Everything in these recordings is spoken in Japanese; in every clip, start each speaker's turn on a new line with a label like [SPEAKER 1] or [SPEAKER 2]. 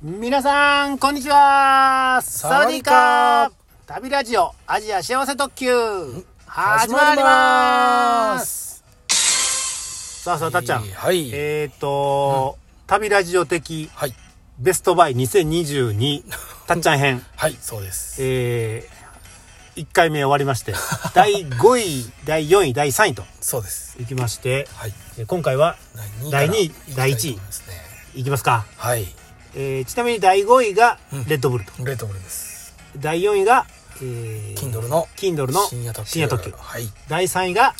[SPEAKER 1] 皆さん、こんにちはサ
[SPEAKER 2] サワ
[SPEAKER 1] ワデ
[SPEAKER 2] デ
[SPEAKER 1] ィー
[SPEAKER 2] ィー
[SPEAKER 1] カー
[SPEAKER 2] カ
[SPEAKER 1] 旅ラジオアジア幸せ特急始
[SPEAKER 2] 始
[SPEAKER 1] ま
[SPEAKER 2] ま
[SPEAKER 1] り
[SPEAKER 2] り
[SPEAKER 1] ま
[SPEAKER 2] ますす
[SPEAKER 1] さあさあ、たっちゃん。
[SPEAKER 2] えーはい
[SPEAKER 1] えっ、と、旅ラジオ的
[SPEAKER 2] はい。
[SPEAKER 1] ベストバイ2022、たっちゃん編。
[SPEAKER 2] はい、そうです。
[SPEAKER 1] えー、1回目終わりま して、第5位、第4位、第3位と
[SPEAKER 2] そうです。
[SPEAKER 1] いきまして、
[SPEAKER 2] はい。
[SPEAKER 1] えー今回は第
[SPEAKER 2] 第
[SPEAKER 1] 二
[SPEAKER 2] 2
[SPEAKER 1] 位
[SPEAKER 2] 位
[SPEAKER 1] 第
[SPEAKER 2] 第
[SPEAKER 1] 一
[SPEAKER 2] 1
[SPEAKER 1] 位
[SPEAKER 2] 位。ですね
[SPEAKER 1] いきますか。
[SPEAKER 2] はい。
[SPEAKER 1] えーちなみに第5位が
[SPEAKER 2] うん
[SPEAKER 1] レッドブルと。
[SPEAKER 2] レッドブルです。
[SPEAKER 1] 第4位が、えー、
[SPEAKER 2] Kindle の
[SPEAKER 1] Kindle の
[SPEAKER 2] 深夜特急。
[SPEAKER 1] 深夜特急
[SPEAKER 2] はい。
[SPEAKER 1] 第3位が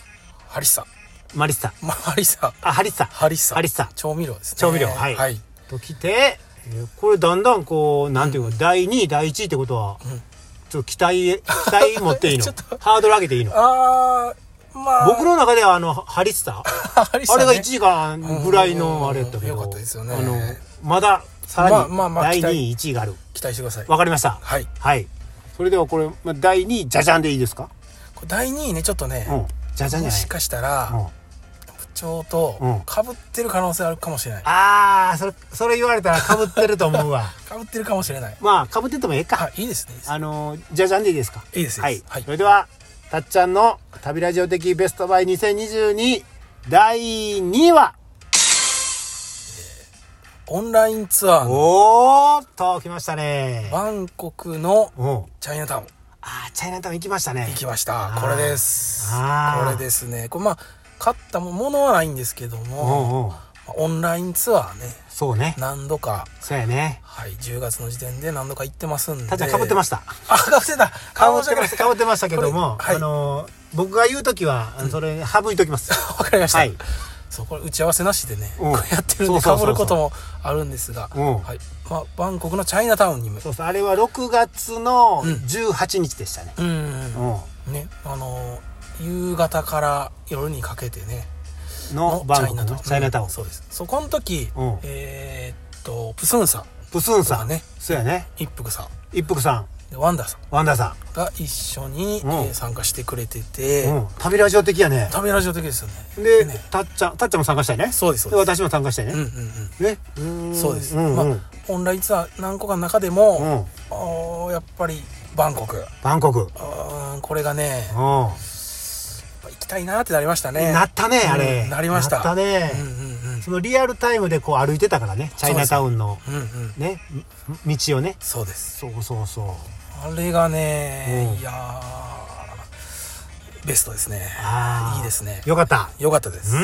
[SPEAKER 2] ハリッサ。
[SPEAKER 1] マリッサ。
[SPEAKER 2] まあ、ハリッサ。
[SPEAKER 1] あ、ハリッサ。
[SPEAKER 2] ハリッサ。
[SPEAKER 1] ハリッサ
[SPEAKER 2] 調味料ですね。
[SPEAKER 1] 調味料はい
[SPEAKER 2] はい。
[SPEAKER 1] ときて、えーこれだんだんこう、なんていうか、第2位、第1位ってことは、ちょっと期待 へ、期待持っていいの
[SPEAKER 2] ちょっと
[SPEAKER 1] ハードル上げていいの
[SPEAKER 2] あー、まあ。
[SPEAKER 1] 僕の中ではあの、ハリッサ。
[SPEAKER 2] ハリッサ
[SPEAKER 1] あ
[SPEAKER 2] ね
[SPEAKER 1] れが1時間ぐらいのあれやったけど。
[SPEAKER 2] うんうんうんよかったですよね
[SPEAKER 1] あの、まだ、さらに、
[SPEAKER 2] まあまあまあ
[SPEAKER 1] 第
[SPEAKER 2] 期待
[SPEAKER 1] 2位、1位がある。
[SPEAKER 2] 期待してください。
[SPEAKER 1] わかりました。
[SPEAKER 2] はい。
[SPEAKER 1] はい。それではこれ、まあ第2位、じゃじゃんでいいですか
[SPEAKER 2] これ第2位ね、ちょっとね
[SPEAKER 1] う、ん。じゃじゃんじ
[SPEAKER 2] も
[SPEAKER 1] ゃない
[SPEAKER 2] し。かしたら、
[SPEAKER 1] うん
[SPEAKER 2] 部長と
[SPEAKER 1] うん
[SPEAKER 2] 被ってる可能性あるかもしれない。
[SPEAKER 1] ああ、それ、それ言われたら被ってると思うわ。
[SPEAKER 2] 被ってるかもしれない。
[SPEAKER 1] まあ、被っててもええか。
[SPEAKER 2] はい、いいですね。いいです
[SPEAKER 1] あのー、じゃじゃんでいいですか。
[SPEAKER 2] いいですいい
[SPEAKER 1] は
[SPEAKER 2] です
[SPEAKER 1] い。
[SPEAKER 2] はい
[SPEAKER 1] それでは、たっちゃんの旅ラジオ的ベストバイ2022第2位は、
[SPEAKER 2] オンラインツアーの
[SPEAKER 1] おーっと、来ましたね。
[SPEAKER 2] バンコクの
[SPEAKER 1] うん。
[SPEAKER 2] チャイナタウン
[SPEAKER 1] ああ、チャイナタウン行きましたね
[SPEAKER 2] 行。きました
[SPEAKER 1] ー
[SPEAKER 2] これです
[SPEAKER 1] あー
[SPEAKER 2] これですねこれまあ買ったものはないんですけど
[SPEAKER 1] う
[SPEAKER 2] も、
[SPEAKER 1] んうん。
[SPEAKER 2] まあオンラインツアーね
[SPEAKER 1] そうね。
[SPEAKER 2] 何度か
[SPEAKER 1] そうやね。
[SPEAKER 2] はい10月の時点で何度か行ってますんで
[SPEAKER 1] たっちゃん被ってま
[SPEAKER 2] し
[SPEAKER 1] した。
[SPEAKER 2] たあ被ってた
[SPEAKER 1] かぶ
[SPEAKER 2] 申
[SPEAKER 1] っ
[SPEAKER 2] し訳
[SPEAKER 1] て
[SPEAKER 2] な
[SPEAKER 1] ま
[SPEAKER 2] い
[SPEAKER 1] した、かぶってましたけども、
[SPEAKER 2] これはい
[SPEAKER 1] あのー、僕が言うときは、あのそれ、省いときます。
[SPEAKER 2] わかりました、
[SPEAKER 1] はい
[SPEAKER 2] そうこれ打ち合わせなしでね、
[SPEAKER 1] うん
[SPEAKER 2] これやってるん
[SPEAKER 1] そう
[SPEAKER 2] で
[SPEAKER 1] そうそうそう
[SPEAKER 2] 被ることもあるんですが、
[SPEAKER 1] うん
[SPEAKER 2] はいまあ、バンコクのチャイナタウンにも
[SPEAKER 1] そうそう、あれは6月の
[SPEAKER 2] うん
[SPEAKER 1] 18日でしたね。
[SPEAKER 2] うんうん
[SPEAKER 1] うん。
[SPEAKER 2] うんねあのー夕方から夜にかけてね
[SPEAKER 1] のバンコクのチャイナタウン
[SPEAKER 2] うん。そうですそこの時、
[SPEAKER 1] うん
[SPEAKER 2] えーっとプスンさん
[SPEAKER 1] プスン
[SPEAKER 2] と
[SPEAKER 1] さ
[SPEAKER 2] か
[SPEAKER 1] ん。
[SPEAKER 2] ね
[SPEAKER 1] そうやね。
[SPEAKER 2] 一服さん
[SPEAKER 1] 一服さん、
[SPEAKER 2] でワンダーさん
[SPEAKER 1] ワンダーさ
[SPEAKER 2] が一緒に、
[SPEAKER 1] うん
[SPEAKER 2] えー参加してくれてて、
[SPEAKER 1] ん。うん。旅ラジオ的やね。
[SPEAKER 2] 食べラジオ的ですよね
[SPEAKER 1] で
[SPEAKER 2] ね、
[SPEAKER 1] たっちゃん、たっちゃんも参加したよね。
[SPEAKER 2] そうですそう
[SPEAKER 1] で、
[SPEAKER 2] です
[SPEAKER 1] 私も参加したよ
[SPEAKER 2] うんう
[SPEAKER 1] ね。
[SPEAKER 2] んうん
[SPEAKER 1] ね。うーん
[SPEAKER 2] そうです、
[SPEAKER 1] うんう
[SPEAKER 2] ま
[SPEAKER 1] ん。
[SPEAKER 2] あオンラインツアー何個かの中でも、
[SPEAKER 1] うん
[SPEAKER 2] おーやっぱりバンコク
[SPEAKER 1] バンコク。うん。
[SPEAKER 2] あーこれがねやっぱ行きたいなってなりましたね
[SPEAKER 1] なったね、あ
[SPEAKER 2] う
[SPEAKER 1] れ。
[SPEAKER 2] んなりました
[SPEAKER 1] なったね
[SPEAKER 2] うん。うんうん
[SPEAKER 1] そのリアルタイムでこう歩いてたからね、チャイナタウンの
[SPEAKER 2] うんうん
[SPEAKER 1] ね、み道をね。
[SPEAKER 2] そうです
[SPEAKER 1] そうそうそう。
[SPEAKER 2] あれがね、
[SPEAKER 1] うん
[SPEAKER 2] いやーベストですね
[SPEAKER 1] あー
[SPEAKER 2] いいですね
[SPEAKER 1] よかった。
[SPEAKER 2] よかったです、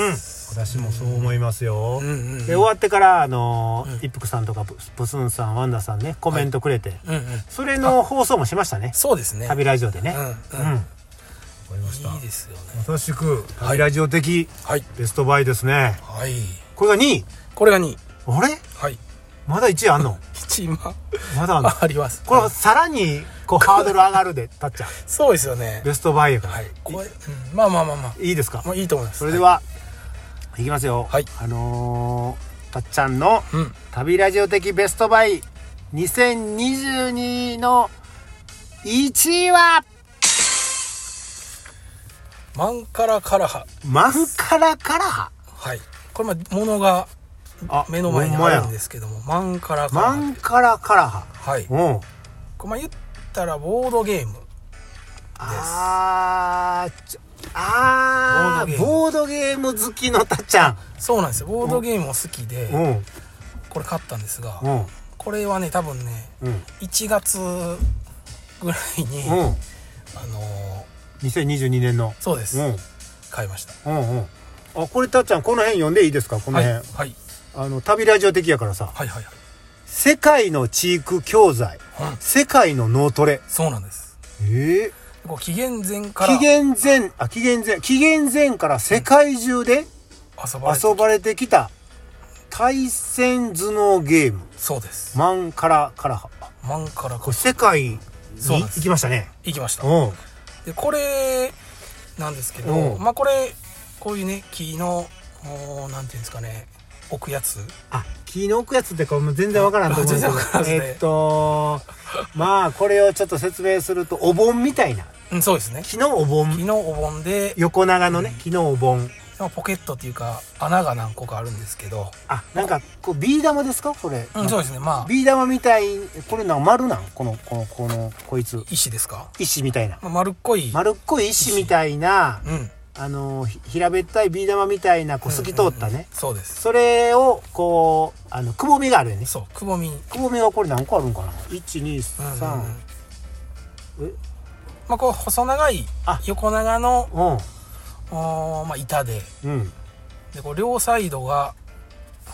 [SPEAKER 1] うん。私もそう思いますよ。
[SPEAKER 2] うんうんうん
[SPEAKER 1] で、終わってから、あの
[SPEAKER 2] うん、
[SPEAKER 1] 一服さんとか、ププスンさん、ワンダーさんね、コメントくれて。
[SPEAKER 2] うんうん
[SPEAKER 1] それの放送もしましたね。
[SPEAKER 2] そうですね。
[SPEAKER 1] 旅ラジオでね。
[SPEAKER 2] う
[SPEAKER 1] うんん。
[SPEAKER 2] うん
[SPEAKER 1] わかりま
[SPEAKER 2] いいですよね。
[SPEAKER 1] まさしく、旅ラジオ的
[SPEAKER 2] はい。
[SPEAKER 1] ベストバイですね。
[SPEAKER 2] はい。
[SPEAKER 1] これが2位。
[SPEAKER 2] これが2位。
[SPEAKER 1] あれ
[SPEAKER 2] はい。
[SPEAKER 1] まだ1位あんの
[SPEAKER 2] 1位今
[SPEAKER 1] ま だあんの
[SPEAKER 2] あります。
[SPEAKER 1] これはさらに、こう、ハードル上がるで、たっちゃん。
[SPEAKER 2] そうですよね。
[SPEAKER 1] ベストバイやから。
[SPEAKER 2] はいい。これ、うんまあまあまあまあ。
[SPEAKER 1] いですか
[SPEAKER 2] まあいいと思います。
[SPEAKER 1] それでは、いきますよ。
[SPEAKER 2] はい
[SPEAKER 1] あのー、たっちゃんの、
[SPEAKER 2] い。うん。
[SPEAKER 1] 旅ラジオ的ベストバイ2022の1位は
[SPEAKER 2] マンカラカラハ。
[SPEAKER 1] マンカラカラハ
[SPEAKER 2] はい。これ、まあ、ものが
[SPEAKER 1] あ
[SPEAKER 2] 目の前
[SPEAKER 1] ほ
[SPEAKER 2] に
[SPEAKER 1] んま
[SPEAKER 2] あ
[SPEAKER 1] や
[SPEAKER 2] るんですけども、マンカラカラ
[SPEAKER 1] マ
[SPEAKER 2] ハ。
[SPEAKER 1] ンカラカラハ
[SPEAKER 2] はい。こ
[SPEAKER 1] うん
[SPEAKER 2] れ、まあ言ったら、ボードゲーム。
[SPEAKER 1] あーちょあーボードゲーム好きのたっちゃん
[SPEAKER 2] そうなんですよ。ボードゲームも好きで
[SPEAKER 1] う、ん
[SPEAKER 2] これ買ったんですが
[SPEAKER 1] う、ん
[SPEAKER 2] これはね、多分ね、
[SPEAKER 1] うん
[SPEAKER 2] 1月ぐらいに、
[SPEAKER 1] う
[SPEAKER 2] あ
[SPEAKER 1] ん
[SPEAKER 2] のー、
[SPEAKER 1] 2022年の
[SPEAKER 2] そうです。
[SPEAKER 1] うん
[SPEAKER 2] 買いました。
[SPEAKER 1] うんうんあこれたっちゃんこの辺読んでいいですかこの
[SPEAKER 2] はい、
[SPEAKER 1] 辺、
[SPEAKER 2] はい、はい、
[SPEAKER 1] あの旅ラジオ的やからさ
[SPEAKER 2] はい、はい。
[SPEAKER 1] 世界の知育教材
[SPEAKER 2] うん
[SPEAKER 1] 世界の脳トレ
[SPEAKER 2] そうなんです。
[SPEAKER 1] ええ
[SPEAKER 2] こう紀元前から
[SPEAKER 1] 紀
[SPEAKER 2] 遊
[SPEAKER 1] 元前あ紀元前紀元前から世界中で
[SPEAKER 2] ばれて
[SPEAKER 1] 遊ばれてきた対戦頭脳ゲーム
[SPEAKER 2] そうです。
[SPEAKER 1] マンカラカラハあ
[SPEAKER 2] マンから
[SPEAKER 1] こ
[SPEAKER 2] こ
[SPEAKER 1] れ世界に
[SPEAKER 2] そうなんです
[SPEAKER 1] 行きましたね
[SPEAKER 2] 行きました。
[SPEAKER 1] うん
[SPEAKER 2] で、これなんですけど、
[SPEAKER 1] うん
[SPEAKER 2] まあこれこういうね木のおーなんていうんですかね置くやつ。
[SPEAKER 1] あ木の置くやつってこれもう全然わからんと思うんです
[SPEAKER 2] 全然わからん
[SPEAKER 1] けど
[SPEAKER 2] ですね
[SPEAKER 1] えっとまあこれをちょっと説明するとお盆みたいな
[SPEAKER 2] うん、そうですね。
[SPEAKER 1] 木のお盆
[SPEAKER 2] 木のお盆で
[SPEAKER 1] 横長のね木のお盆
[SPEAKER 2] まあポケットっていうか穴が何個かあるんですけど、
[SPEAKER 1] あなんかこうビー玉ですかこれ、
[SPEAKER 2] うん、そうですねまあ
[SPEAKER 1] ビー玉みたいこれなん丸なんこのこのこのこいつ
[SPEAKER 2] 石ですか、
[SPEAKER 1] 石みたいな
[SPEAKER 2] まあ、丸っこい、
[SPEAKER 1] 丸っこい石みたいな
[SPEAKER 2] うん
[SPEAKER 1] あのひ平べったいビー玉みたいなこう透き通ったね、
[SPEAKER 2] うんうんうんそうです
[SPEAKER 1] それをこうあのくぼみがあるよね
[SPEAKER 2] そうくぼみ、うんうん
[SPEAKER 1] くぼみはこれ何個あるんかな
[SPEAKER 2] うん
[SPEAKER 1] 123
[SPEAKER 2] ま
[SPEAKER 1] え
[SPEAKER 2] あ、こう細長い
[SPEAKER 1] あ
[SPEAKER 2] 横長の
[SPEAKER 1] うん
[SPEAKER 2] おーまあ、板で
[SPEAKER 1] うん
[SPEAKER 2] でこう両サイドが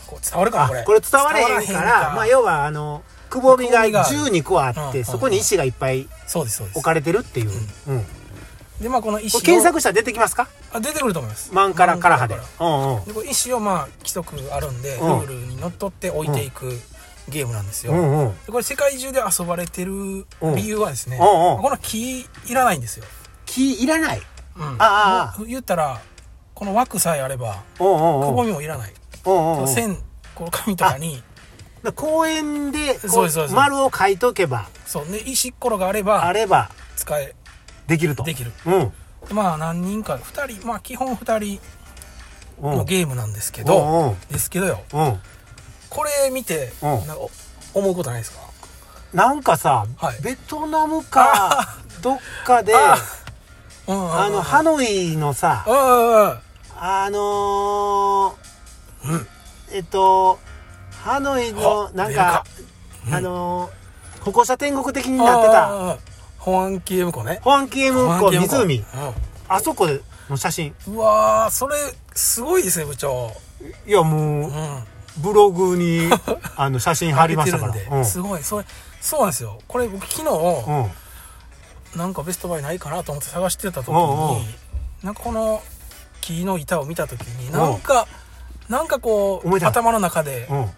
[SPEAKER 2] こう伝わるかな
[SPEAKER 1] あ
[SPEAKER 2] これ
[SPEAKER 1] これ伝われへんから
[SPEAKER 2] 伝
[SPEAKER 1] まあ要はあのくぼみが
[SPEAKER 2] くぼみがある
[SPEAKER 1] 12個あって、
[SPEAKER 2] うんうんうん
[SPEAKER 1] そこに石がいっぱい
[SPEAKER 2] そうですそうです
[SPEAKER 1] 置かれてるっていう、うん
[SPEAKER 2] でまあこの石
[SPEAKER 1] こ
[SPEAKER 2] を
[SPEAKER 1] れ検索したら出てきますか
[SPEAKER 2] あ出てくると思います
[SPEAKER 1] マンカラカラハで
[SPEAKER 2] マンカ
[SPEAKER 1] うんうん
[SPEAKER 2] でこれ石をまあ規則あるんで、
[SPEAKER 1] うん
[SPEAKER 2] ルールにのっとって置いていくゲームなんですよ、
[SPEAKER 1] う
[SPEAKER 2] で
[SPEAKER 1] んうん
[SPEAKER 2] これ世界中で遊ばれてる理由はですね、
[SPEAKER 1] うんうんうん
[SPEAKER 2] この木いらないんですよ、
[SPEAKER 1] 木いらない
[SPEAKER 2] うん、
[SPEAKER 1] ああ
[SPEAKER 2] もう言ったらこの枠さえあれば
[SPEAKER 1] うんうん
[SPEAKER 2] く
[SPEAKER 1] うん
[SPEAKER 2] ぼみもいらない、
[SPEAKER 1] うんうんうん
[SPEAKER 2] 線この紙とかに
[SPEAKER 1] だから公園でこう
[SPEAKER 2] そうですそうです
[SPEAKER 1] 丸を書いとけば
[SPEAKER 2] そうね石っころがあれ
[SPEAKER 1] あ
[SPEAKER 2] ば
[SPEAKER 1] れば
[SPEAKER 2] 使え
[SPEAKER 1] できると
[SPEAKER 2] できる
[SPEAKER 1] うん
[SPEAKER 2] まあ何人か2人まあ基本2人
[SPEAKER 1] うん
[SPEAKER 2] のゲームなんですけ
[SPEAKER 1] う
[SPEAKER 2] ど、
[SPEAKER 1] んうん
[SPEAKER 2] ですけどよ
[SPEAKER 1] うん
[SPEAKER 2] これ見て、
[SPEAKER 1] うん
[SPEAKER 2] なんかお思うことないですか
[SPEAKER 1] なんかさ、
[SPEAKER 2] はい
[SPEAKER 1] ベトナム かどっかで
[SPEAKER 2] あ
[SPEAKER 1] あ
[SPEAKER 2] うんうんうん
[SPEAKER 1] のハノイのさ
[SPEAKER 2] うんうんうん
[SPEAKER 1] あの
[SPEAKER 2] うん
[SPEAKER 1] ー、えっとハノイの
[SPEAKER 2] あ
[SPEAKER 1] なん
[SPEAKER 2] 出る
[SPEAKER 1] か
[SPEAKER 2] か
[SPEAKER 1] あのー、歩行者天国的になってた
[SPEAKER 2] た保安刑務庫ね
[SPEAKER 1] ホアンキエム
[SPEAKER 2] 保安
[SPEAKER 1] 湖
[SPEAKER 2] 刑務庫
[SPEAKER 1] 湖あそこの写真
[SPEAKER 2] うんうわーそれすごいですね部長
[SPEAKER 1] いやも
[SPEAKER 2] う
[SPEAKER 1] うんブログに あの写真貼りましたから
[SPEAKER 2] 出てるん
[SPEAKER 1] う
[SPEAKER 2] で
[SPEAKER 1] ん
[SPEAKER 2] すごいそれそうなんですよこれ僕昨
[SPEAKER 1] う
[SPEAKER 2] 日
[SPEAKER 1] ん
[SPEAKER 2] なんかベストバイないかなと思って探してた時になんかこの木の板を見た時になんかなんかこ
[SPEAKER 1] 思いう出した
[SPEAKER 2] 頭の中で
[SPEAKER 1] うん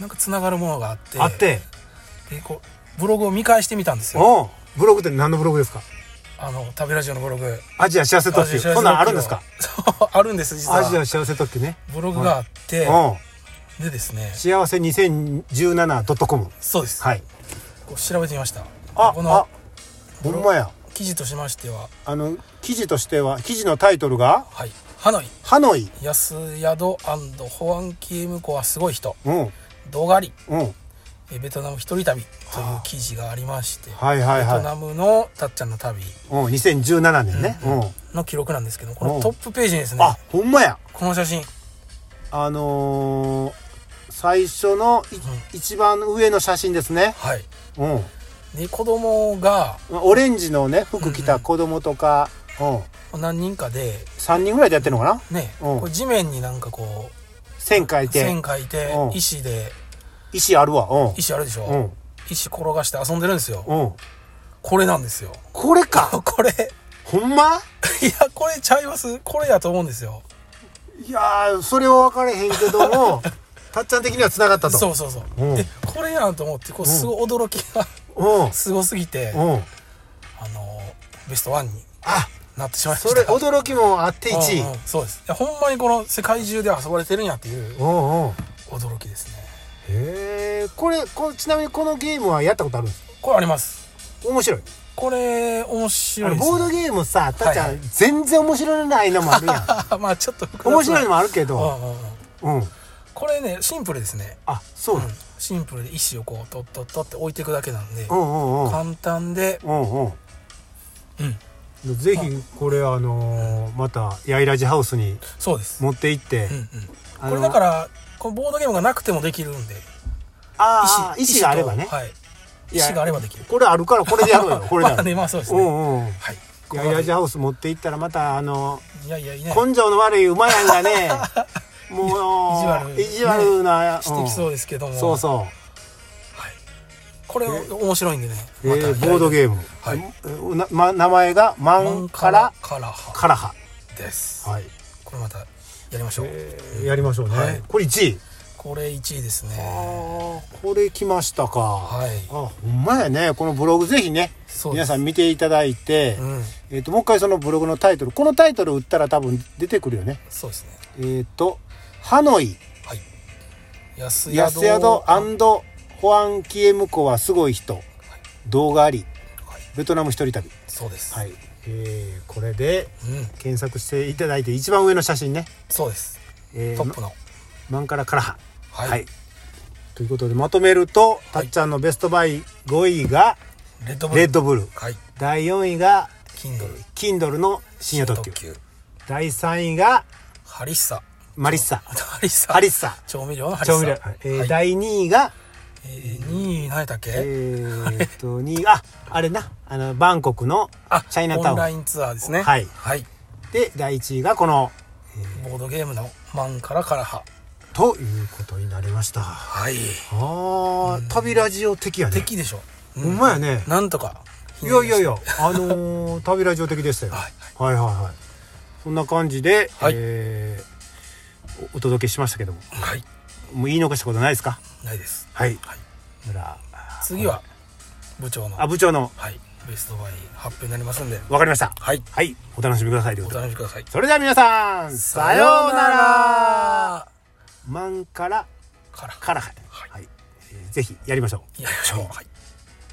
[SPEAKER 2] なんかつながるものがあって
[SPEAKER 1] あって
[SPEAKER 2] でこうブログを見返してみたんですよ
[SPEAKER 1] うんブログって何のブログですか
[SPEAKER 2] あの食べラジオのブログ
[SPEAKER 1] アジア幸せ特急そんなんあるんですか
[SPEAKER 2] そう あるんです実
[SPEAKER 1] アジア
[SPEAKER 2] は
[SPEAKER 1] 幸せ特急ね
[SPEAKER 2] ブログがあって
[SPEAKER 1] うん
[SPEAKER 2] でですね
[SPEAKER 1] 幸せ 2017.com
[SPEAKER 2] そうです、
[SPEAKER 1] はい
[SPEAKER 2] こう調べてみました
[SPEAKER 1] あ
[SPEAKER 2] こ
[SPEAKER 1] あ
[SPEAKER 2] の
[SPEAKER 1] ほんまや
[SPEAKER 2] 記事としましては
[SPEAKER 1] あの記事としては記事のタイトルが
[SPEAKER 2] はいハノイ
[SPEAKER 1] 「ハノイ
[SPEAKER 2] 安宿保安刑務庫はすごい人」
[SPEAKER 1] うん
[SPEAKER 2] 動画あり
[SPEAKER 1] うん
[SPEAKER 2] えベトナム一人旅という記事がありまして、
[SPEAKER 1] はいはい
[SPEAKER 2] ベト
[SPEAKER 1] は
[SPEAKER 2] ナムのたっちゃんの旅
[SPEAKER 1] い、うん、2017年ね、うん
[SPEAKER 2] の記録なんですけどこ
[SPEAKER 1] うん
[SPEAKER 2] のトップページにですね
[SPEAKER 1] あほんまや
[SPEAKER 2] この写真
[SPEAKER 1] あのー最初のい、一番上の写真ですね
[SPEAKER 2] はい
[SPEAKER 1] うん
[SPEAKER 2] で子供が
[SPEAKER 1] オレンジのね服着た子供とか、うん
[SPEAKER 2] 何人かで
[SPEAKER 1] 3人ぐらいでやってるのかな
[SPEAKER 2] ね、
[SPEAKER 1] うん
[SPEAKER 2] これ地面になんかこ
[SPEAKER 1] 線書いうて
[SPEAKER 2] 線書いて
[SPEAKER 1] うん
[SPEAKER 2] 石で
[SPEAKER 1] 石あるわうん
[SPEAKER 2] 石あるでしょ、
[SPEAKER 1] うん
[SPEAKER 2] 石転がして遊んでるんですよ
[SPEAKER 1] うん
[SPEAKER 2] これなんですよ
[SPEAKER 1] これ か
[SPEAKER 2] これ
[SPEAKER 1] ほんま
[SPEAKER 2] いや、これちゃいますこれやと思うんですよ。
[SPEAKER 1] いやーそれは分かれへんけど もたっちゃん的にはつながったと
[SPEAKER 2] そうそうそう。
[SPEAKER 1] うん
[SPEAKER 2] で、これやんと思って、こう、すごい驚きが
[SPEAKER 1] うん
[SPEAKER 2] すごすぎて、あ
[SPEAKER 1] うん
[SPEAKER 2] の、ベストワンに
[SPEAKER 1] あ
[SPEAKER 2] なってしまいました。
[SPEAKER 1] それ驚きもあって1位
[SPEAKER 2] うんうんそうです。いや、ほんまにこの世界中で遊ばれてるんやっていう
[SPEAKER 1] うんうん
[SPEAKER 2] 驚きですね。
[SPEAKER 1] へえこれこちなみにこのゲームはやったことあるんです
[SPEAKER 2] これあります。
[SPEAKER 1] 面白い
[SPEAKER 2] これ、面
[SPEAKER 1] あ
[SPEAKER 2] 白
[SPEAKER 1] の
[SPEAKER 2] いです、
[SPEAKER 1] ボードゲームさたっちゃん、
[SPEAKER 2] はいは
[SPEAKER 1] 全然面白いないのもあ るやん
[SPEAKER 2] あまあ、ちょっと複雑な
[SPEAKER 1] 面白いのもあるけど
[SPEAKER 2] うんうんうん
[SPEAKER 1] うん、
[SPEAKER 2] これね、シンプルですね。
[SPEAKER 1] あそう
[SPEAKER 2] う
[SPEAKER 1] なん
[SPEAKER 2] ん、シンプルで石をこう、とっとっとって置いていくだけなんで、
[SPEAKER 1] うんうんうん
[SPEAKER 2] 簡単で、
[SPEAKER 1] うんうん
[SPEAKER 2] うん、
[SPEAKER 1] ぜひこれあのーまたやいらじハウスに
[SPEAKER 2] そうです。
[SPEAKER 1] 持って行って、
[SPEAKER 2] うんうん。
[SPEAKER 1] あの
[SPEAKER 2] これだからこのボードゲームがなくてもできるんで
[SPEAKER 1] あー石があればね
[SPEAKER 2] とはい
[SPEAKER 1] いや
[SPEAKER 2] 石があればできる
[SPEAKER 1] これあるからこれでやろう よこれでや
[SPEAKER 2] ま
[SPEAKER 1] ろ
[SPEAKER 2] あ
[SPEAKER 1] う
[SPEAKER 2] ねまあそうですね、
[SPEAKER 1] うんうん
[SPEAKER 2] はい
[SPEAKER 1] やいらじハウス持って行ったらまたあの
[SPEAKER 2] いやいやいや
[SPEAKER 1] 根性の悪い馬やんが ねもう
[SPEAKER 2] 意地悪
[SPEAKER 1] 意地悪な、
[SPEAKER 2] してきそう
[SPEAKER 1] で
[SPEAKER 2] ですけども、
[SPEAKER 1] そうそう
[SPEAKER 2] はい、これ面白いんでね
[SPEAKER 1] えーボードゲーム、
[SPEAKER 2] はい
[SPEAKER 1] えなま名前がマ
[SPEAKER 2] マ
[SPEAKER 1] ン
[SPEAKER 2] ン
[SPEAKER 1] カ
[SPEAKER 2] カ
[SPEAKER 1] ラ
[SPEAKER 2] ラカラハ
[SPEAKER 1] カラハ、
[SPEAKER 2] です、
[SPEAKER 1] はい
[SPEAKER 2] これまたやりましょう、
[SPEAKER 1] やりましょうね、
[SPEAKER 2] はい
[SPEAKER 1] これ1位
[SPEAKER 2] これ1位です
[SPEAKER 1] あ
[SPEAKER 2] ね
[SPEAKER 1] ーこれ来ましたか、
[SPEAKER 2] はい
[SPEAKER 1] あほんまやねこのブログぜひね
[SPEAKER 2] そうで
[SPEAKER 1] 皆
[SPEAKER 2] す
[SPEAKER 1] さん見ていただいて、
[SPEAKER 2] うん
[SPEAKER 1] えー、ともう一回そのブログのタイトルこのタイトル打ったら多分出てくるよね
[SPEAKER 2] そうですね
[SPEAKER 1] えっ、と「ハノイ
[SPEAKER 2] はい安宿
[SPEAKER 1] 安宿ホアン・キエムコはすごい人動画あり
[SPEAKER 2] はい
[SPEAKER 1] ベトナム一人旅
[SPEAKER 2] そうで」す、
[SPEAKER 1] はいえーこれで
[SPEAKER 2] うん
[SPEAKER 1] 検索していただいて一番上の写真ね、
[SPEAKER 2] そうです
[SPEAKER 1] えー
[SPEAKER 2] トップの
[SPEAKER 1] マンカラカラハ
[SPEAKER 2] はい、
[SPEAKER 1] ということでまとめると、たっちゃんのベストバイ5位が
[SPEAKER 2] レッドブル
[SPEAKER 1] レッドブル
[SPEAKER 2] はい
[SPEAKER 1] 第4位が
[SPEAKER 2] Kindle
[SPEAKER 1] Kindle の深夜特急
[SPEAKER 2] 特急
[SPEAKER 1] 第3位が
[SPEAKER 2] ハリッサ
[SPEAKER 1] マリッサ
[SPEAKER 2] ハリッサ
[SPEAKER 1] ハリッサ
[SPEAKER 2] 調味料のハリッ
[SPEAKER 1] 調味
[SPEAKER 2] サ
[SPEAKER 1] 料、えー
[SPEAKER 2] はい
[SPEAKER 1] 第2位が
[SPEAKER 2] えー、2位何やったっけ、
[SPEAKER 1] えーっと2位ああれなあのバンコクの
[SPEAKER 2] あ
[SPEAKER 1] チャイナタ
[SPEAKER 2] オンラ
[SPEAKER 1] ウ
[SPEAKER 2] イ
[SPEAKER 1] ン
[SPEAKER 2] ンツアーですね
[SPEAKER 1] はい
[SPEAKER 2] はい、
[SPEAKER 1] で第1位がこの
[SPEAKER 2] ボードゲームのマンからカラハ
[SPEAKER 1] ということになりましたあ
[SPEAKER 2] はい
[SPEAKER 1] ー旅ラジオ的やね
[SPEAKER 2] 敵でしょ、う
[SPEAKER 1] ほんまやね
[SPEAKER 2] なんとか
[SPEAKER 1] いやいやいや、あの ー、旅ラジオ的でしたよ。は
[SPEAKER 2] はいい
[SPEAKER 1] はいはい。そんな感じで、
[SPEAKER 2] はい
[SPEAKER 1] えーおお届けしましたけども、
[SPEAKER 2] はい
[SPEAKER 1] もう言い残したことないですか
[SPEAKER 2] ないです
[SPEAKER 1] はい。
[SPEAKER 2] はい
[SPEAKER 1] なら、
[SPEAKER 2] 次は部長の
[SPEAKER 1] あ、部長の、
[SPEAKER 2] はいベストバイ発表になりますんで
[SPEAKER 1] わかりました。
[SPEAKER 2] はい
[SPEAKER 1] はい、お楽しみくださいという
[SPEAKER 2] お
[SPEAKER 1] ことで
[SPEAKER 2] 楽しみください
[SPEAKER 1] それでは皆さん、さようならマンから
[SPEAKER 2] から
[SPEAKER 1] から、はい、えーぜひやりましょう。
[SPEAKER 2] やりましょうはい